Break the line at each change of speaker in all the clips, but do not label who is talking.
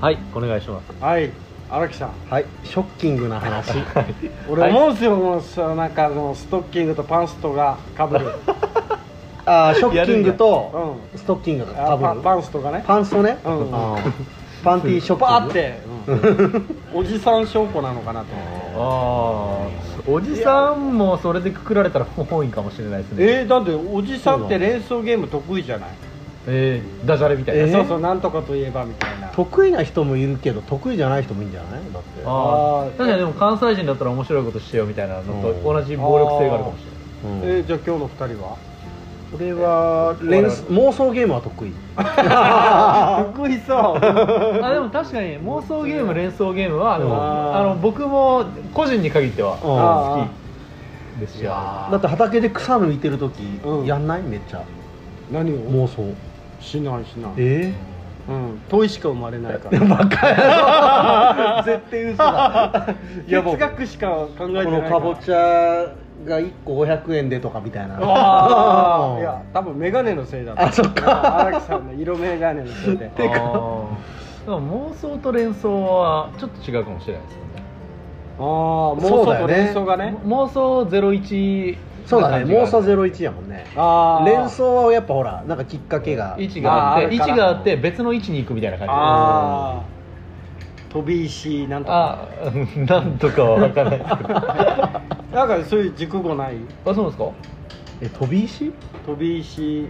はいお願いします
はい荒木さん
はいショッキングな話
俺思うんですよ、もうさなんかもうストッキングとパンストがか ぶる、
あーショッキング
う
と
ん
ストッキングが
あ
か
パ
ぶる
パンストがね
パンストね、
うん
あーパンティーショッキング
バーって、おじさん証拠なのかなと
ああおじさんもそれでくくられたら不本意かもしれないですね
えー、だっておじさんって連想ゲーム得意じゃない、
えーダジャレみたいな、
えー
そうそうなんとかといえばみたいな
得意な人もいるけど得意じゃない人もいいんじゃないだって
あ
あ
あ
ー
確かにでも関西人だったら面白いことしてよみたいなのと同じ暴力性があるかもしれない
うん
えー、じゃあ今日の2人は
これは連
我
妄想ゲームは得意
得意そう
あでも確かに妄想ゲーム連想ゲームはでも
うん
あの僕も個人に限っては
あ
好きですよ
だって畑で草抜いてる時、
うん
やんないめっちゃ
何を
妄想
しないしない
え
うん遠いしか生まれないから
バカやろ絶対嘘だや ば
哲学しか考えてない
このかぼちゃが1個500円でとかみたいな
ああいや
う
多分メガネのせいだ
あそっ
か荒木さんの色眼鏡のせいで
あーでも妄想と連想はちょっと違うかもしれないですよね
ああ妄
そ
想
うだ
と
よね
連想がね
妄想01
んそうだね妄想01やもんね
ああ
連想はやっぱほらなんかきっかけが
1があっ
あー
て
ある
1
から
があって別の1に行くみたいな感
ああ飛び石なん
じで
とか
ああーなんとかは分からないですけど
なんかそういう熟語ない
あそうですか
え飛び石
飛び石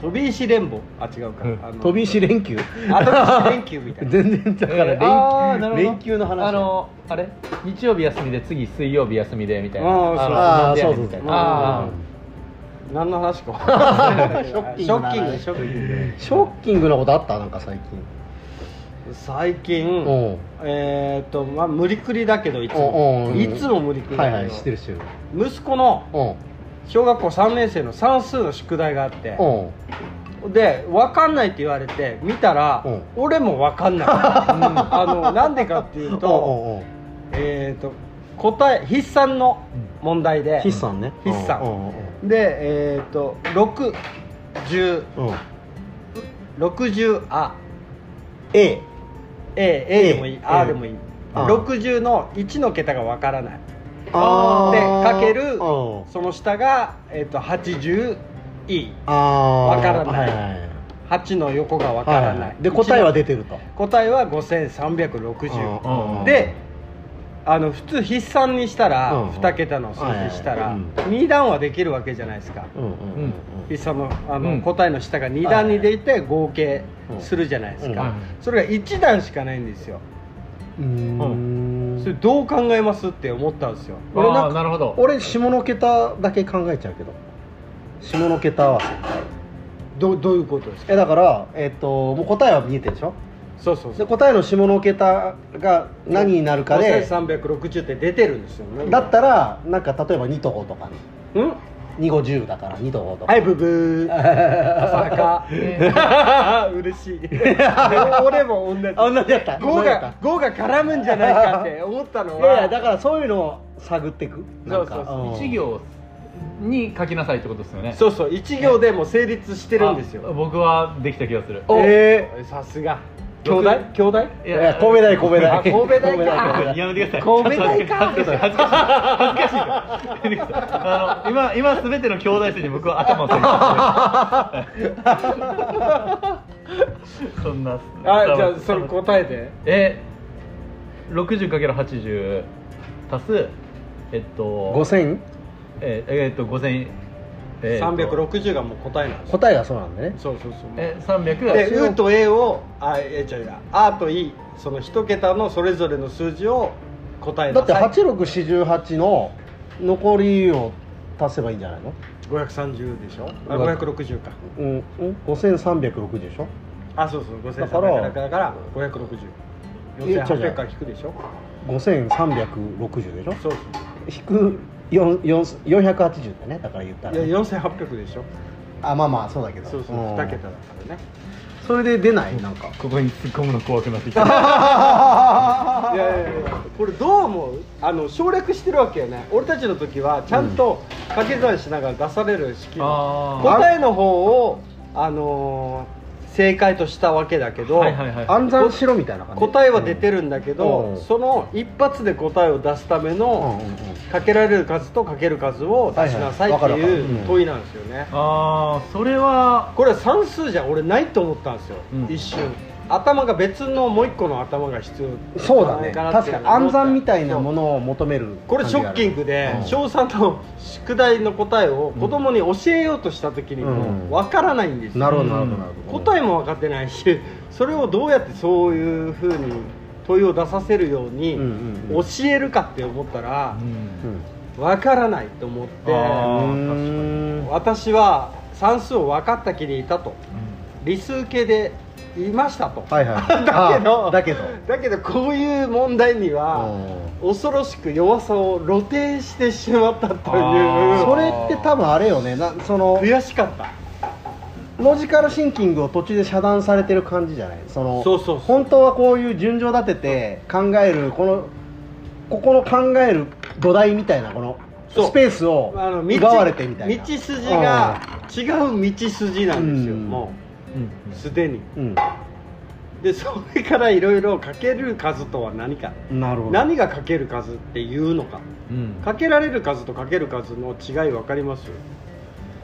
飛び石連棒あ違うか
うん
あの
飛び石連休
あ飛び石連休みたいな
全然だから連
えーあーなるほど
連休の話
あのあれ日曜日休みで次水曜日休みでみたいな
あ
ーそう
の飲んでやるみたいな
あ
あ
ーそうそう何の話か分かんない
シ
シ
ョ
ョ
ッキン
ッ
グな
キングショッキング
ショッキングなことあったなんか最近
最近
うん
えーっとまあ無理くりだけどいつ
おうお
も
う
いつも無理くりだ
は
けど、
いはい知ってる知ってる
息子の
うん
小学校3年生の算数の宿題があって
うん
で分かんないって言われて見たら
うん
俺も分かんない、うん あのなんでかっていうと
うんうんうん
えーっと答え筆算の問題で
筆算ね
筆算
うんうん
でえーっと610
うんうん
60あ
A
A, A でもいい
A
R でもいい
あ
60の1の桁がわからない
あー
でかける
うん
その下が、えっと 80E8
ああ
わからない
はいはい
の横がわからない、
で答えは出てると
答えは
う
5360
ん
であの普通筆算にしたら、
うん
2桁の数字したら、
はいはいは
2段はできるわけじゃないですか
うんうんうんうん
筆算のあの、
うん
答えの下が2段にでいて合計するじゃないですか、
うんうん
それが1段しかないんですよ
うーん
それどう考えますって思ったんですよ
あ
俺なん
ーなるほど
俺下の桁だけ考えちゃうけど下の桁合わせ
どどういうことですか
えだから、えっともう答えは見えてるでしょ
そうそうそ
で
う
答えの下の桁が何になるかで
5360って出てるんですよね
だったらなんか例えば2と5とかね
うん
2五10だから2と5とか、
はいブブー朝か 嬉しい俺も同じ
あ同じやった
5
同じやった
が5が絡むんじゃないかって思ったの
いやいや
は
だからそういうのを探っていくなんか
そうそうそうん
1行に書きなさいってことですよねう
そうそう1行でもう成立してるんですよ
僕はできた気がする
おえ
さすが兄弟兄弟
い
えいや神戸大神戸
あ
大
神戸大か
神戸
やめてください
神戸大か
恥ずかしい恥ずかしい恥ずかしいからやめてくださいあの今今すべての兄弟生に僕は頭を下げてますそんな
あじゃあそれ答えて
え60かける80足すえっと
5000
ええっと5000え
360がもう答えなんですよ
答えがそうなんでね
そうそうそう
え300
で「
う
う」と「え」を「あえちゃうや「あ」と「い」その一桁のそれぞれの数字を答え
だ
な
って
さい
8648の残りを足せばいいんじゃないの
530でしょあ560か
うん、うん、5360でしょ
あそうそう5300
だ
だ
か
かららだから560
いや違う違
4800
う
から引くでしょ
5360でしょ
そうそう
引く4 4 480だねだから言ったら
い
ね、
や4800でしょ
あまあまあそうだけど
そうそう
うん
2桁だからね
それで出ないなんか
ここに突っ込むの怖くなってきた
いやいやいやこれどう思うあの省略してるわけよね俺たちの時はちゃんと掛け算しながら出される式
あー
答えの方をあのー正解としたわけだけど、
はいはいはい
暗算しろみたいな感じ
答えは出てるんだけど、
うん
その一発で答えを出すための、
うんうんうん
かけられる数とかける数を出しなさい
は
っ
い
て
はいわかるわかるう
いうん問いなんですよね、
ああそれは
これは算数じゃ俺ないと思ったんですよ、
うん
一瞬頭が別のもう一個の頭が必要
そうだね
じゃないなって
確
い
か
う
に
のを思
暗
った
算みたいなものを求める
これショッキングで翔さんの宿題の答えを子供に教えようとした時に
うん
もわからないんですよ
なるほどなるほどなるほど
答えも分かってないしそれをどうやってそういうふうに問いを出させるように
うんうんうん
教えるかって思ったら
うん
分からないと思っ
あ
て
ー
うん
私は算数を分かった気にいたと理数系でいましたと
はいは い
だけど
あだけど
だけどこういう問題には恐ろしく弱さを露呈してしまったという
あー
それって多分あれよねなその
悔しかった
ロジカルシンキングを途中で遮断されてる感じじゃないその
そうそうそう
本当はこういう順序立てて考えるこのここの考える土台みたいなこの
そう
スペースを
あの
奪われてみたいな
道筋が違う道筋なんですよ、
うん
も
うん
うすでに
うん
でそれからいろいろかける数とは何か
うんなるほど
何がかける数っていうのか
うん
かけられる数とかける数の違い分かります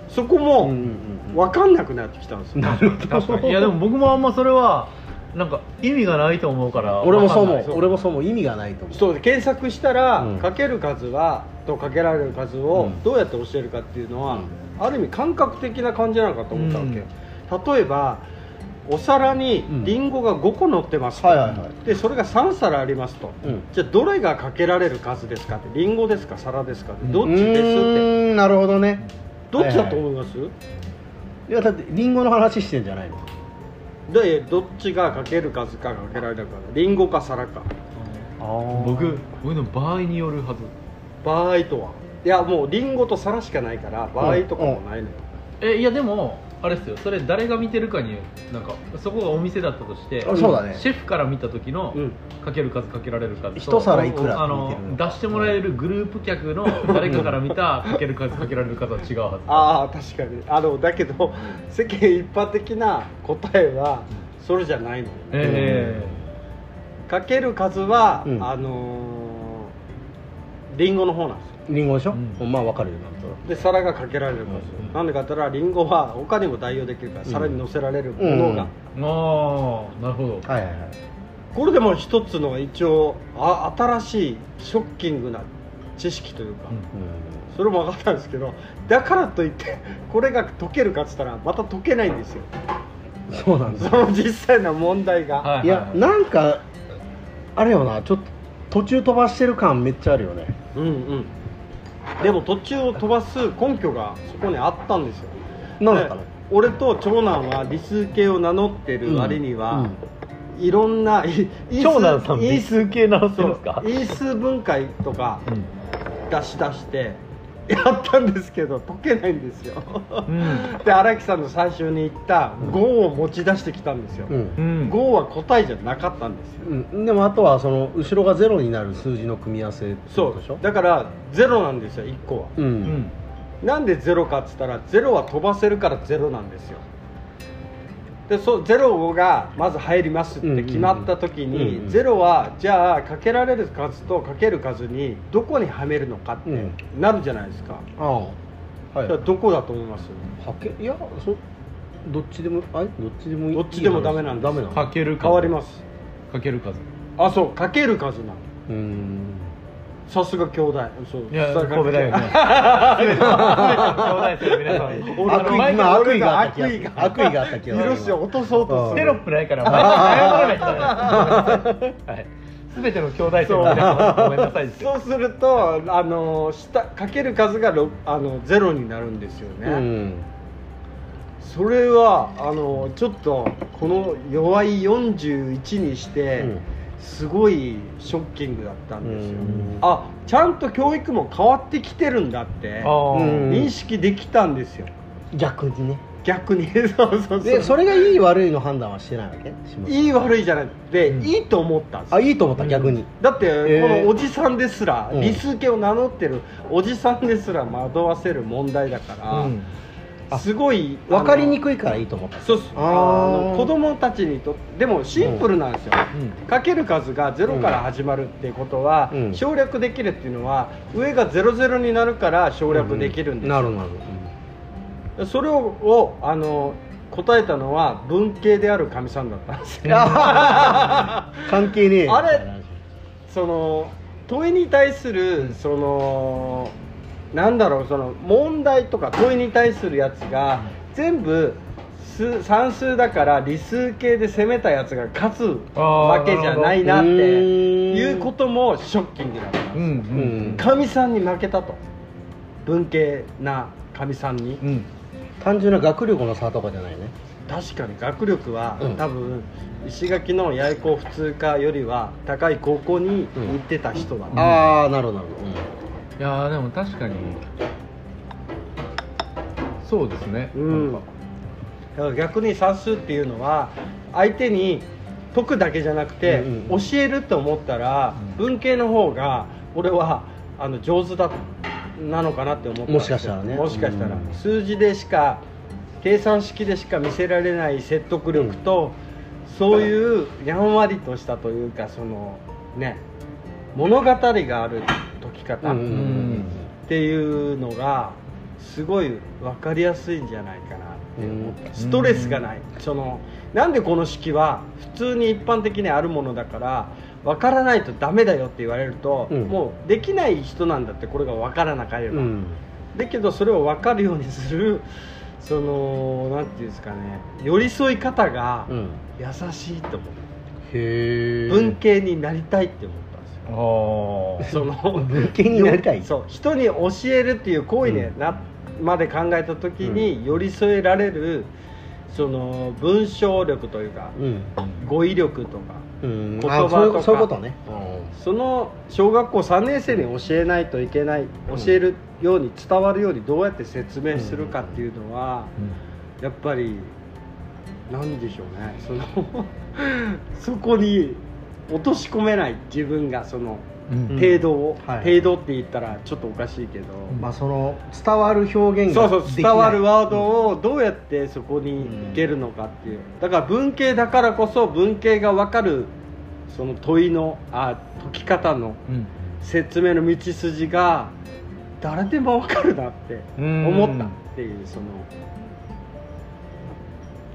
そこも
うんうんうん
分かんなくなってきたんですよ、
なるほど
確かにいやでも僕もあんまそれはなんか意味がないと思うから
俺もそう
わ
思
かんな
う
い
俺もそう思う意味がないと思う
そう検索したら、
うん
かける数はとかけられる数
う
を
ん
どうやって教えるかっていうのは、
うん
ある意味感覚的な感じなのかと思ったわけ、例えばお皿に
うん
リンゴが5個乗ってますと、
はいはいは
でそれが3皿ありますと、
うん
じゃあどれがかけられる数ですかってリンゴですか皿ですかって
うん
どっちですって
うーんなるほどね
どっちだと思います、
いやだってリンゴの話してんじゃないの
でどっちがかける数かかけられるかリンゴか皿か
うん僕僕の場合によるはず
場合とはいやもうリンゴと皿しかないから場合とかもないのよ、
えいやでもあれですよそれ誰が見てるかによるなんかそこがお店だったとして
あそうだね
シェフから見た時の
うん
かける数かけられる数と
一皿いくら
あ
って見
の
てる
出してもらえるグループ客の誰かから見たかける数かけられる数は違うはず
ああ確かにあのだけど世間一般的な答えはそれじゃないの
え
かける数は、
うん
あのーリンゴの方なんですよ
リンゴでしょ、
うん
まあわかるよなんとなく
で皿がかけられる数、
うん
なんでかって言ったらリンゴは他にも代用できるから皿に乗せられるものが、
う
え
ん
ああなるほど
はいはいはい
これでも一つの一応あ新しいショッキングな知識というか、
うん
それも分かったんですけどだからといってこれが解けるかっつったらまた解けないんですよ
うんそうなん
そ
だ
の実際の問題が、
はい
やなんかあれよなちょっと途中飛ばしてる感めっちゃあるよね
うんうんでも途中を飛ばす根拠がそこにあったんですよ
なんだったの
で俺と長男は理数系を名乗ってる割には、いろんな長
長男さん
因
因
数
数系直ってるんですか
そう因数分解とか
うん
出し出してやったんですけど解けないんですよ、
ん
で荒木さんの最初に言った5を持ち出してきたんですよ、
うんうん
うん
5は答えじゃなかったんですよ
うん、でもあとはその後ろがゼロになる数字の組み合わせって
そ
ことでしょ
うだからゼロなんですよ1個は
う
うんん
なんでゼロかっつったらゼロは飛ばせるからゼロなんですよでそうゼロがまず入りますって決まった時
うんうんうんうんう
に
ん
ゼロはじゃあかけられる数とかける数にどこにはめるのかっ
う
て
ん
なるじゃないですか
ああはい
だからどこだと思います
はけいやそどっちでもあれどっちでもいい
どっちでもダメなんです
ダメなの
かける数
変わります
かける数
あそうかける数なの
うーん
さすが兄弟そう
いや
さす
神
が
戸大学 兄弟生の皆さんあ
悪
の
意
毎回
今悪意があった気がす
俺が
る悪意があった気がする
色紙を落とそうとす
テ
る
ロップないから毎回謝らないとねはい全ての兄弟生の皆さんごめんなさいです
そうするとあの下かける数がろあのゼロになるんですよね、
うん
それはあのちょっとこの弱い41にして、
うん
すごいショッキングだったんですよ、
うん
あちゃんと教育も変わってきてるんだって
あー
うん
認識できたんですよ
逆にね
逆に そうそうそう
でそれがいい悪いの判断はしてないわけ島
いい悪いじゃなくて、
うん
いいと思ったんですよ
あいいと思った逆に、
だってこ
ー
のおじさんですら、
うん
理数系を名乗ってるおじさんですら惑わせる問題だから、
うん
あ
すごい
分かりに
くい
くいからいいと思った
そうっすあ
あ
の
ー
子供たちにとってでもシンプルなんですよ、かける数が0から始まるっていうことは、
うん
省略できるっていうのは上が00になるから省略できるんですよ、
なるなる
それををあの答えたのは文系であるかみさんだったんです よ
関係ねえよ
あれ
みたいな話
その問いに対するそのなんだろうその問題とか問いに対するやつが全部数算数だから理数系で攻めたやつが勝つわけじゃないなって
あーなる
いう
ほど
こともショッキングだったんです
う
よ
ん
ん
かみさんに負けたと文系なかみさんに
うんうん
単純な学力の差とかじゃないね
確かに学力は、
うん
多分石垣の八重高普通科よりは高い高校に行ってた人だった、
ああなるほどなるほど
いやーでも確かにそうですね
うんだから逆に算数っていうのは相手に解くだけじゃなくて、
うんう
教えると思ったら、
うん
文系の方が俺はあの上手だなのかなって思ったんですよ
もしかしたらね
もしかしたら、
うん
数字でしか計算式でしか見せられない説得力と、そういうやんわりとしたというかそのね物語がある解き方、
うんうん
うん
っていうのがすごい分かりやすいんじゃないかなって思ったストレスがないそのなんでこの式は普通に一般的にあるものだから分からないとダメだよって言われると、
うん
もうできない人なんだってこれが分からなけれ
うん
ば、
うん
だけどそれを分かるようにするそのなんていうんですかね寄り添い方が
うん
優しいと思う、
へえ
文系になりたいって思ったんです
あ
よ
ー
その
文系になりたい
そう人に教えるっていう行為に
うん
な、まで考えた時に寄り添えられるその文章力というか
うん
語彙力とか
うん
言葉
あそうい
とか
うそういうことね
その小学校3年生に教えないといけない、教えるように伝わるようにどうやって説明するかっていうのは、やっぱり何でしょうねその そこに落とし込めない自分がその
うんうん
程度を、
はい
程度って言ったらちょっとおかしいけど。
まあその伝わる表現
そ
が
うそう
できない
伝わるワードをどうやってそこにいけるのかっていうだから文系だからこそ文系が分かるその問いのあ解き方の
うん
説明の道筋が誰でも分かるなって
うん
思ったっていうその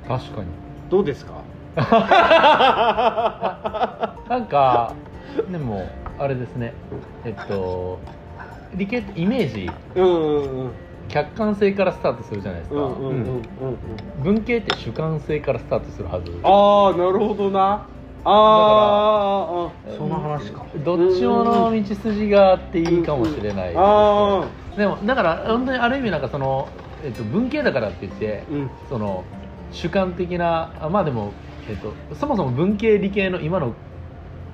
確かに
どうですか
なんかでもあれですねえっと理系ってイメージ
うんうん
客観性からスタートするじゃないです
う
か、
んうんうんうんうん
文系って主観性からスタートするはず
ああなるほどなあー
その話か
どっちもの道筋があっていいかもしれない
あー
ですね、
あー
でもだから本当にある意味なんかその、えっと、文系だからって言って、
うん
その主観的なあまあでも、えっと、そもそも文系理系の今の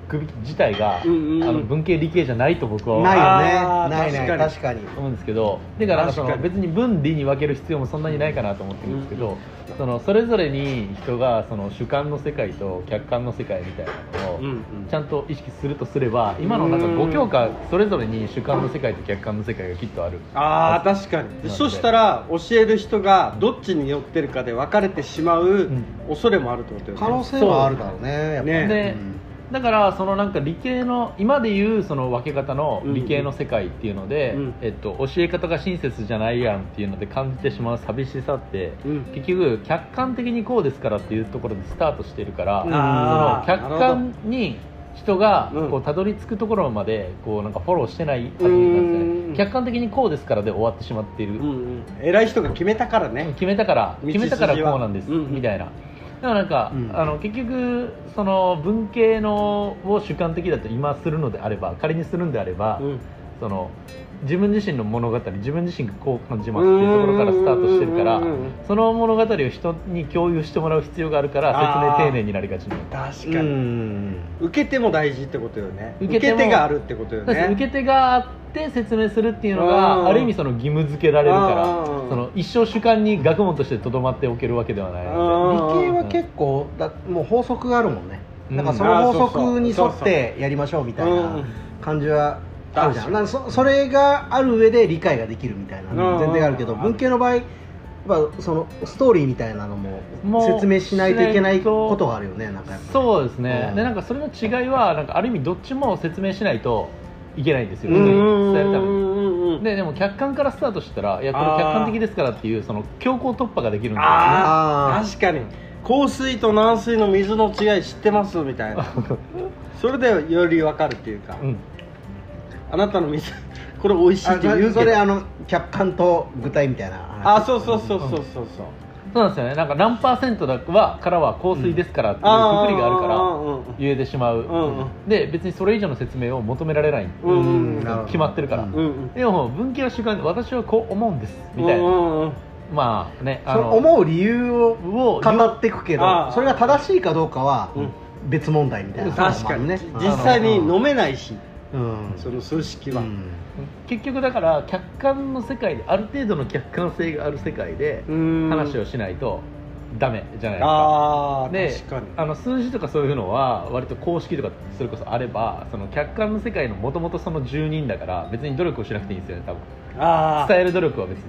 首自体が、
うんうんうん
あの文系理系じゃないと僕は
ない
あ
よ
ー
ねないない
確
確かに
思うんですけどだからその
確かに
別に分離に分ける必要もそんなにないかなと思ってるんですけど、そのそれぞれに人がその主観の世界と客観の世界みたいなのを、
うんうん
ちゃんと意識するとすれば今のなんか5教科それぞれに主観の世界と客観の世界がきっとある
あー確かに
で
でそしたら教える人がどっちに寄ってるかで分かれてしまうん恐れもあるってことよね
可能性はあるだろうねやっぱ
ね
でだからそのなんか理系の今でいうその分け方の理系の世界っていうので、
うんうん
えっと、教え方が親切じゃないやんっていうので感じてしまう寂しさって、
うん
結局客観的にこうですからっていうところでスタートしてるから、
あー
その客観に人が
うん
こうたどり着くところまでこうなんかフォローしてないはずなんです
う
よ
ん
ね客観的にこうですからで終わってしまっている
うんうん偉い人が決めたからね
決めたから
道
決
筋は
めたからこうなんです、
うんうん
みたいなだからなんか、
うん
あの結局その文系のを主観的だと今するのであれば仮にするんであれば、
うん
その自分自身の物語自分自身がこう感じますっていうところからスタートしてるから
うんうんうん
その物語を人に共有してもらう必要があるから
あー
説明丁寧になりがちになる
確
う
かに
ん
受け手も大事ってことよね
受け
受
手
け
も
手があるってことよ
そうです
ね
受け手があって説明するっていうの
うん
がある意味その義務付けられるから
うん
その一生主観に学問としてとどまっておけるわけではないの
理
うん
系は結構だもう法則があるもんね
うん
なんかその法則に沿ってやりましょうみたいな感じはあるじゃ
うん
んなんかそそれがある上で理解ができるみたいな
うん
全然あるけど
うん
文系の場合やっぱそのストーリーみたいなのも
もう
説明しないといけないことがあるよねなんかやっぱ
そうですね、
うん
でなんかそれの違いはなんかある意味どっちも説明しないといけないんですよ
うん
人
う
に
ん
伝える
う
ために。
んうん
ででも客観からスタートしてたらいやこれ客観的ですからっていうその強行突破ができるんですよね
あ
あ
あ確かに硬水と軟水の水の違い知ってますみた いなそれでより分かるっていうか、
うん
あなたの水これ美味しい
あ
って言うけど
それあの客観と具体みたいな
あそうそうそうそうそうそう
そうなんですよねなんか何パーセントだはからは香水ですからっていうくくりがあるから言えてしまう、
うんうん
で別にそれ以上の説明を求められない、
うんうんうん
なるほど
決まってるから
うん
うんうん
でも文系は主観で私はこう思うんですみたいな、
うんうんうん
まあねあ
その思う理由を
を
語っていくけ
あ
ど
ー
それが正しいかどうかは
うん
別問題みたいな
確かにね
まあ
実際に飲めないし
うん
その数式
う
は
ん
結局だから客観の世界である程度の客観性がある世界で話を
し
しないとダメじゃないですか
ああ
で
確かに
あの数字とかそういうのは割と公式とかそれこそあればその客観の世界のもともとその住人だから別に努力をしなくていいんですよね多分
あ
伝える努力は別に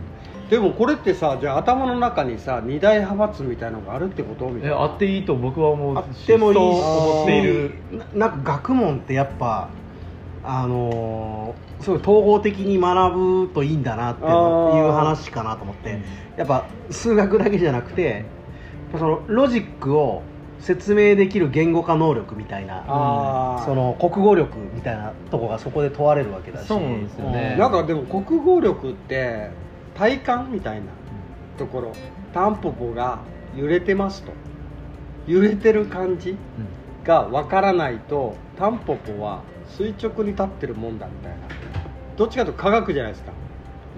ーでもこれってさじゃあ頭の中にさ二大派閥みたいなのがあるってことみたい
え
な
あっていいと僕は思うし
あってもいいし
そう思っている
ななんか学問ってやっぱあのーすごい統合的に学ぶといいんだなっていう
あー
いう話かなと思ってやっぱ数学だけじゃなくてそのロジックを説明できる言語化能力みたいな
あー
その国語力みたいなとこがそこで問われるわけだし
そうなんですよね
なんかでも国語力って体感みたいなところタンポポが揺れてますと揺れてる感じ
うん
がわからないとタンポポは垂直に立ってるもんだみたいなどっちかというと科学じゃないですか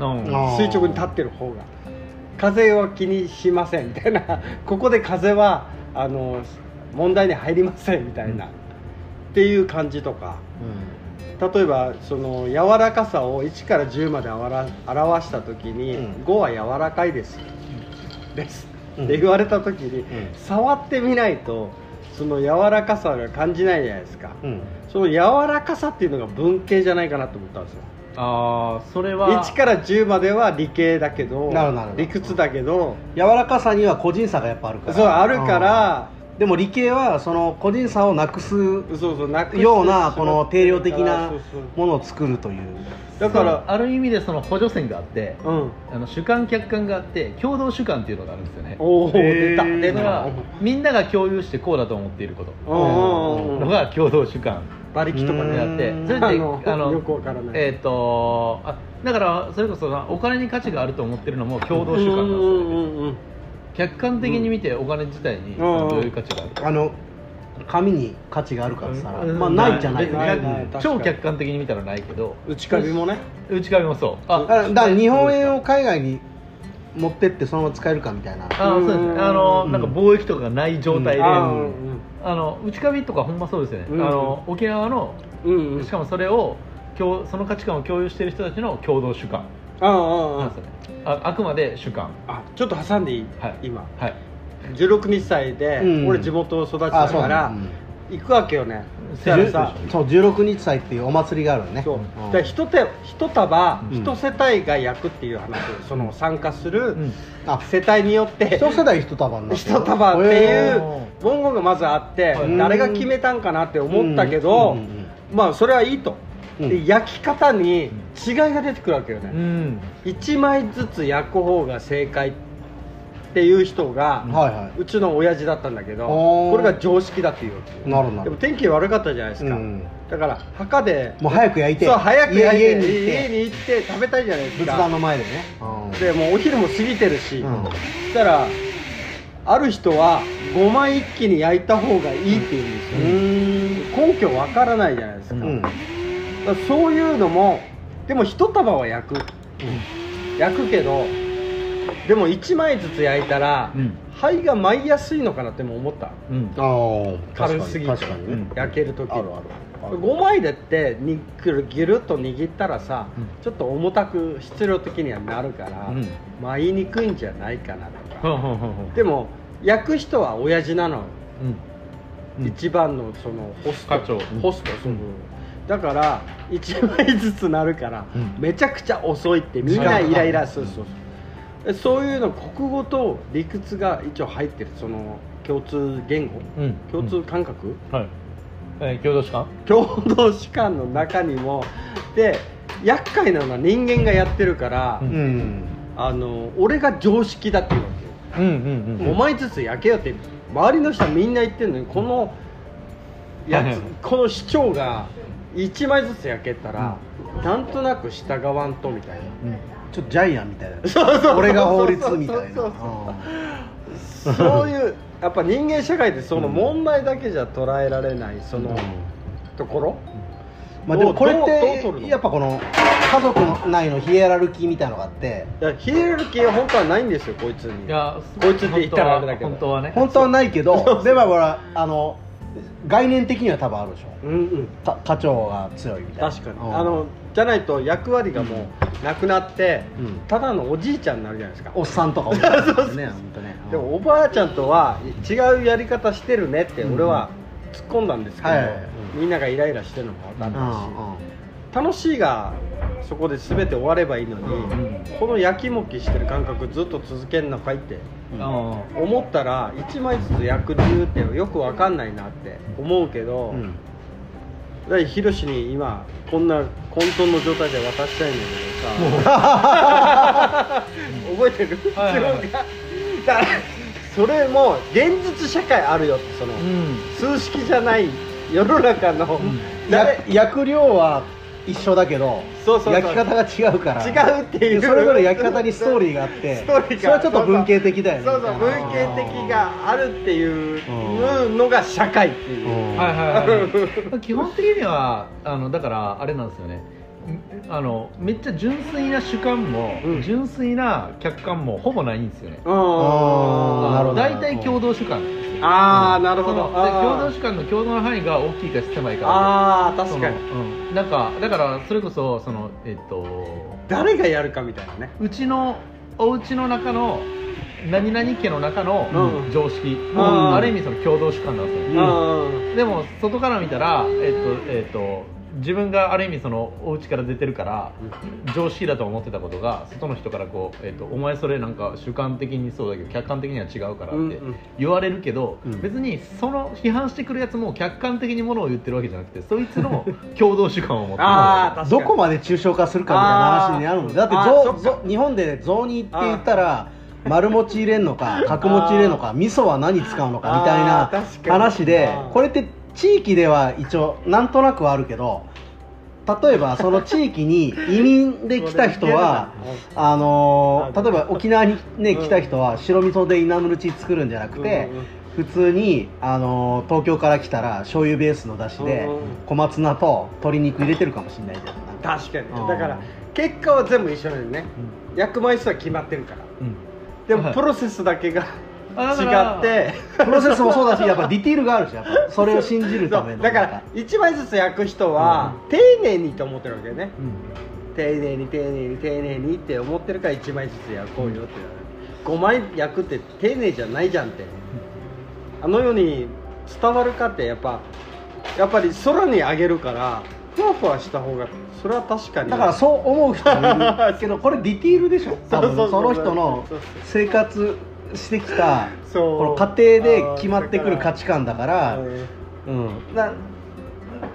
うん
あー
垂直に立ってる方が風は気にしませんみたいな ここで風はあの問題に入りませんみたいな、
うん
っていう感じとか
う
例えばその柔らかさを1から10まであわら表した時に、
うん
5は柔らかいです、です、
うん
って言われた時に、
ん
触ってみないとその柔らかさが感じないじゃないですか、
うん
その柔らかさっていうのが文系じゃないかなと思ったんですよ
ああそれは
1から10までは理系だけど
なるほどなるほど
理屈だけど
柔らかさには個人差がやっぱあるから
そうあるから、
うんでも理系はその個人差をなくす
そうそうなくして
ような
しまってるから
この定量的な
そうそう
ものを作るという
だから
ある意味でその補助線があって
うん
あの主観客観があって共同主観っていうのがあるんですよね
おお
へ
出
ー
た
だ
出
か
た
らみんなが共有してこうだと思っていること
うんうんうん
のが共同主観
馬力とか
で
ね
あって
うん
それ
あ
で
の
あ
よ
の
くわからない、
えっ、とあだからそれこそなお金に価値があると思ってるのも共同主観なん
うん
です
う
よね
んうんうん
客観的に見てお金自体にそのどういう価値があるか
あの紙に価値があるかってさ、
うん
まあないじゃない
別に
ないない
客超客観的に見たらないけど
内壁もね
内壁もそう
だからだから日本円を海外に持ってってそのまま使えるかみたいな
あそうですねあの
うん
なんか貿易とかがない状態で、
うん
あ
あ
ーうん
の内壁とかほんまそうですよね、
うん
あの沖縄の
うんうん
しかもそれを共その価値観を共有している人たちの共同主観
ああ
なん
あ
ですよねああくまで主観
あちょっと挟んでいい、
はい
今
はい
16日歳で、
うん
俺地元育ちだ
あそう
か
だ
ら、
ね
行くわけよねそし
せ
た
や
ら
ろ
さ
そう16日祭っていうお祭りがあるのね
そう、
ん
だから一手一束
うん
一世帯が焼くっていう話その参加する
うん
あ
世帯によって
一世代一束になってる
一束っていう
お
文言がまずあって、
はい
誰が決めたんかなって思ったけど、
うんうんうん
まあそれはいいと、
うん
で焼き方に違いが出てくるわけよ
う
ね、
ん
1枚ずつ焼く方が正解っていう人が、
うんはいは
うちの親父だったんだけど
おー
これが常識だっていうわけ
いなるほどな
でも
る
天気悪かったじゃないですか、
うん
だから墓で
もう早く焼いて
そう早く焼いて
家
家
に
に
行って
行って食べたいじゃないです
仏
か
壇の前でねうん
でもうお昼も過ぎてるし、
うん
そしたらある人は5枚一気に焼いた方がいいって言うんですよね、根拠わからないじゃないですか,、
うん
そういうのもでも一束は焼く、焼くけどでも1枚ずつ焼いたら、
うん
灰が舞いやすいのかなっても思った
うん
あー
軽すぎて
確かにね
焼ける時
あるあるある
5枚でってにくるギュルッと握ったらさ、
うん
ちょっと重たく質量的にはなるから、
うん
舞いにくいんじゃないかなと
ほ
か、
んほんほんほん
でも焼く人は親父なの、
うん
一番のそのホスト
課長
ホストその、だから1枚ずつなるから、
うん
めちゃくちゃ遅いってみんなイライラする、そうそうえそういうの国語と理屈が一応入ってるその共通言語
うん
共通感覚、
はい、えー共同士官
共同士官の中にもで厄介なのは人間がやってるから、
うん
うん
あの俺が常識だっていうわ
うんう
け、
ん
お前ずつ焼けよって周りの人はみんな言ってるのにこのや
はい
つ、
はい
この市長が1枚ずつ焼けたら、なんとなく従わんとみたいな
うん
ちょっとジャイアンみたいな俺が法律みたいな
そうそうそう
うん
そういうやっぱ人間社会でその問題だけじゃ捉えられないそのところ、
まあでもこれっ
どうどう取る
て
の
やっぱこの家族の内のヒエラルキーみたいのがあって
いやヒエラルキーは本当はないんですよこいつに
いや
こいつって言ったらあれだけど
本当はね
本当はないけどでもほらあの概念的には多分あるでしょ
うんうん
か課長が強いみたいな
確かに
うん
あのじゃないと役割がもうなくなって、
うん
ただのおじいちゃんになるじゃないですか
おっさんとかおっ さんとかね本当ねうん
でもおばあちゃんとは違うやり方してるねって俺は突っ込んだんですけど、
はいはいはい
みんながイライラしてるのも分か
うんん
な
うん
いし、楽しいがそこで全て終わればいいのに、
ん
このやきもきしてる感覚ずっと続けんのかいって
あ
思ったら1枚ずつ焼く理由ってよく分かんないなって思うけど、
うん
だヒロシに今こんな混沌の状態で渡したいんだけどさ 覚えてる、
はいはいはい
自分がだからそれも現実社会あるよってその、
ーうん
数式じゃない世の中の、誰
や焼く量は一緒だけど
そうそうそう
焼き方が違うから
違うっていう
それぞれ焼き方にストーリーがあっ
ス
て
トーリーが
それはちょっと文系的だよね
そうそう
み
文
たいな
系的があるっていう
う
のが社会っていうう、
ん
はいはいはい基本的にはあのだからあれなんですよねんあのめっちゃ純粋な主観も、
うん
純粋な客観もほぼないんですよね
あーなるほど
大体共同主観
ああなるほど
そので共
あ
同
ー
主観の共同の範囲が大きいか狭いか
あー
で
確かに
そのうん、なんかだからそれこそそのえっと
誰がやるかみたいなね
うちのお家の中の何々家の中
う
の
ん
常識
あ
も
ー
ある意味その共同主観なんですよね
うん
でも外から見たら、えっとえっと、自分がある意味そのお家から出てるから常識だと思ってたことが外の人からこう、えっと「お前それなんか主観的にそうだけど客観的には違うから」って
うんうん
言われるけど、
うん
別にその批判してくるやつも客観的にものを言ってるわけじゃなくてそいつの 共同主観を持ってる
あー確かに
どこまで抽象化するかみたいな話になるのだって
あー
ゾ
あー
ウ
そっ
ゾウ日本で雑煮って言ったら丸餅入れん のか角餅入れんのか味噌は何使うのかみたい
あー確かに
な話で
あー
これって地域では一応なんとなくはあるけど例えばその地域に移民で来た人は
それいけ
あのー
あ
例えば沖縄に、ね、
うん
来た人は白味噌でイナムルチ作るんじゃなくて
うんうん
普通に、あのー東京から来たら醤油ベースの出汁で
うんうん
小松菜と鶏肉入れてるかもしれないじゃんなんか
確かに
うん
だから結果は全部一緒だよね焼く枚数は決まってるから
うん
でも
はい
プロセスだけが
あだから
違って
プロセスもそうだしやっぱディティールがあるしやっぱそれを信じるた
そ
め
う
の
だか
なん
ら1枚ずつ焼く人は丁寧にと思ってるわけよね
うん
丁寧に丁寧に丁寧にって思ってるから1枚ずつ焼こうよって5枚焼くって丁寧じゃないじゃんってあの世に伝わるかってやっぱやっぱり空にあげるからふわふわした方がそれは確かに
だからそう思う人もいるけ どこれディティールでしょ多分
そうそう
そ
そう
の人の生活してきた
そう
この家庭で決まってくる価値観だから
うん
うんな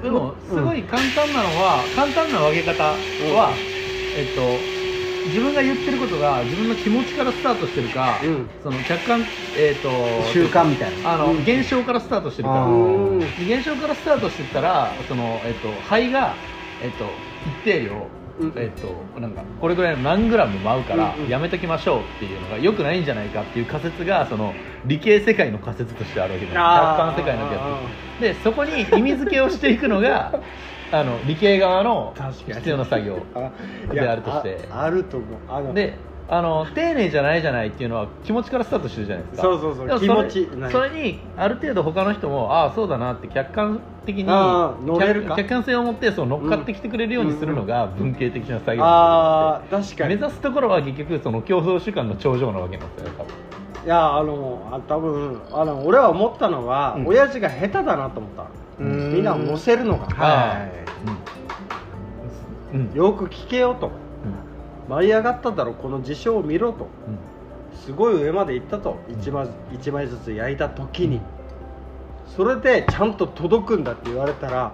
でもすごい簡単なのは、簡単な分け方は、
うん
えっと自分が言ってることが自分の気持ちからスタートしてるか、
うん
その客観えっ、と
習慣みたいな
あの、
うん
現象からスタートしてるか
あ
ら
ー
うん
現象からスタートしてったらそのえっ、と肺がえっ、と一定量
うん
えっとなんかこれぐらいの何グラム舞うから
うんうん
やめときましょうっていうのがよくないんじゃないかっていう仮説がその理系世界の仮説としてあるわけじゃない客観世界の
あ
やつでそこに意味付けをしていくの があの理系側の
確かに
必要な作業
ー
であるとして
ああると思うあの
であの丁寧じゃないじゃないっていうのは気持ちからスタートしてるじゃないですか
そうそうそう
でも
気持ち
そ
な
れ
い
それにある程度他の人もああそうだなって客観的に
あー乗れるか
客客観性を持ってその乗っかってきてくれるようにするのが文系的な作業
ああ確か
目
に
指すところは結局その共同主観の頂上なわけなんですよね多分
いやあのあ多分あの俺は思ったのは、
うん
親父が下手だなと思った
うん
みんなを乗せるのが
はい
うんうん
よく聞けよと
うん
舞い上がっただろこの事象を見ろとすごい上まで行ったと1枚一枚ずつ焼いた時にそれでちゃんと届くんだって言われたら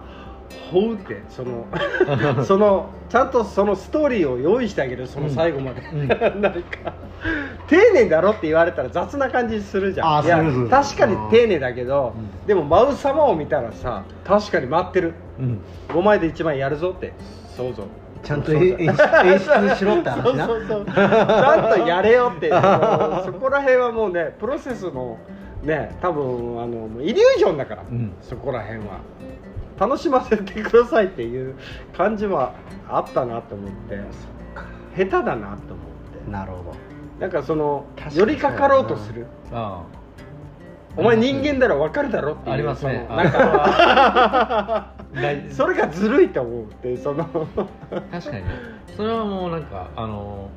ほうってそ のそのちゃんとそのストーリーを用意してあげるその最後まで、
うんうん
なんか丁寧だろって言われたら雑な感じするじゃ
あ
ん
ー
いや
するする
確かに丁寧だけどでも舞う様を見たらさ確かに待ってる
うん
5枚で1枚やるぞって想像
ちゃんと演演出演出しろって
そう
話な
そうそうちゃんとやれよ ってそこら辺はもうねプロセスのね多分あのもうイリュージョンだから、
うん
そこら辺は楽しませてくださいっていう感じはあったなと思って下手だなと思って
なるほど
なんかその
確かに
寄りかかろうとする
あ
お前人間ならわかるだろっていう
ありますね
そのなんか
大
それがずるいと思うって その
確かにねそれはもうなんかあの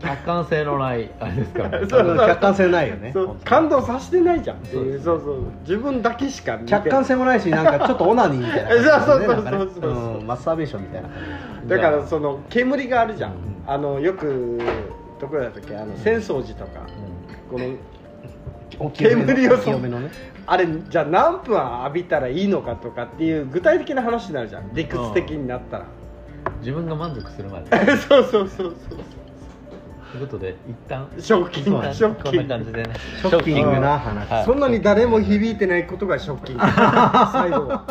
客観性の ないあれですからね
そう
客観性ないよね
そう感動させてないじゃんっていう
そ
そうう
です
そう自分だけしか見て
客観性もないしなんかちょっとオナニーみたいな感じだね
そうそうそうそう
なんかねうんマスターベーションみたいな感
だからその煙があるじゃん、
うん
あのよくどこだったっけあの浅草寺とかこの
じ
煙をそう
清めのね
あれじゃあ何分浴びたらいいのかとかっていう具体的な話になるじゃん理屈的になったら、
自分が満足するまでとい
そうそうそうそう
うことで一旦
ショッキン
そう
グショッ
こん
キ
な感
ング
じでね
ショッキングな
は
話
い
そんなに誰も響いてないことがショッ キング最後 は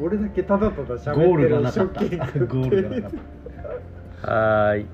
俺だけただただ喋ってるショッキング
ゴールがなかった
はい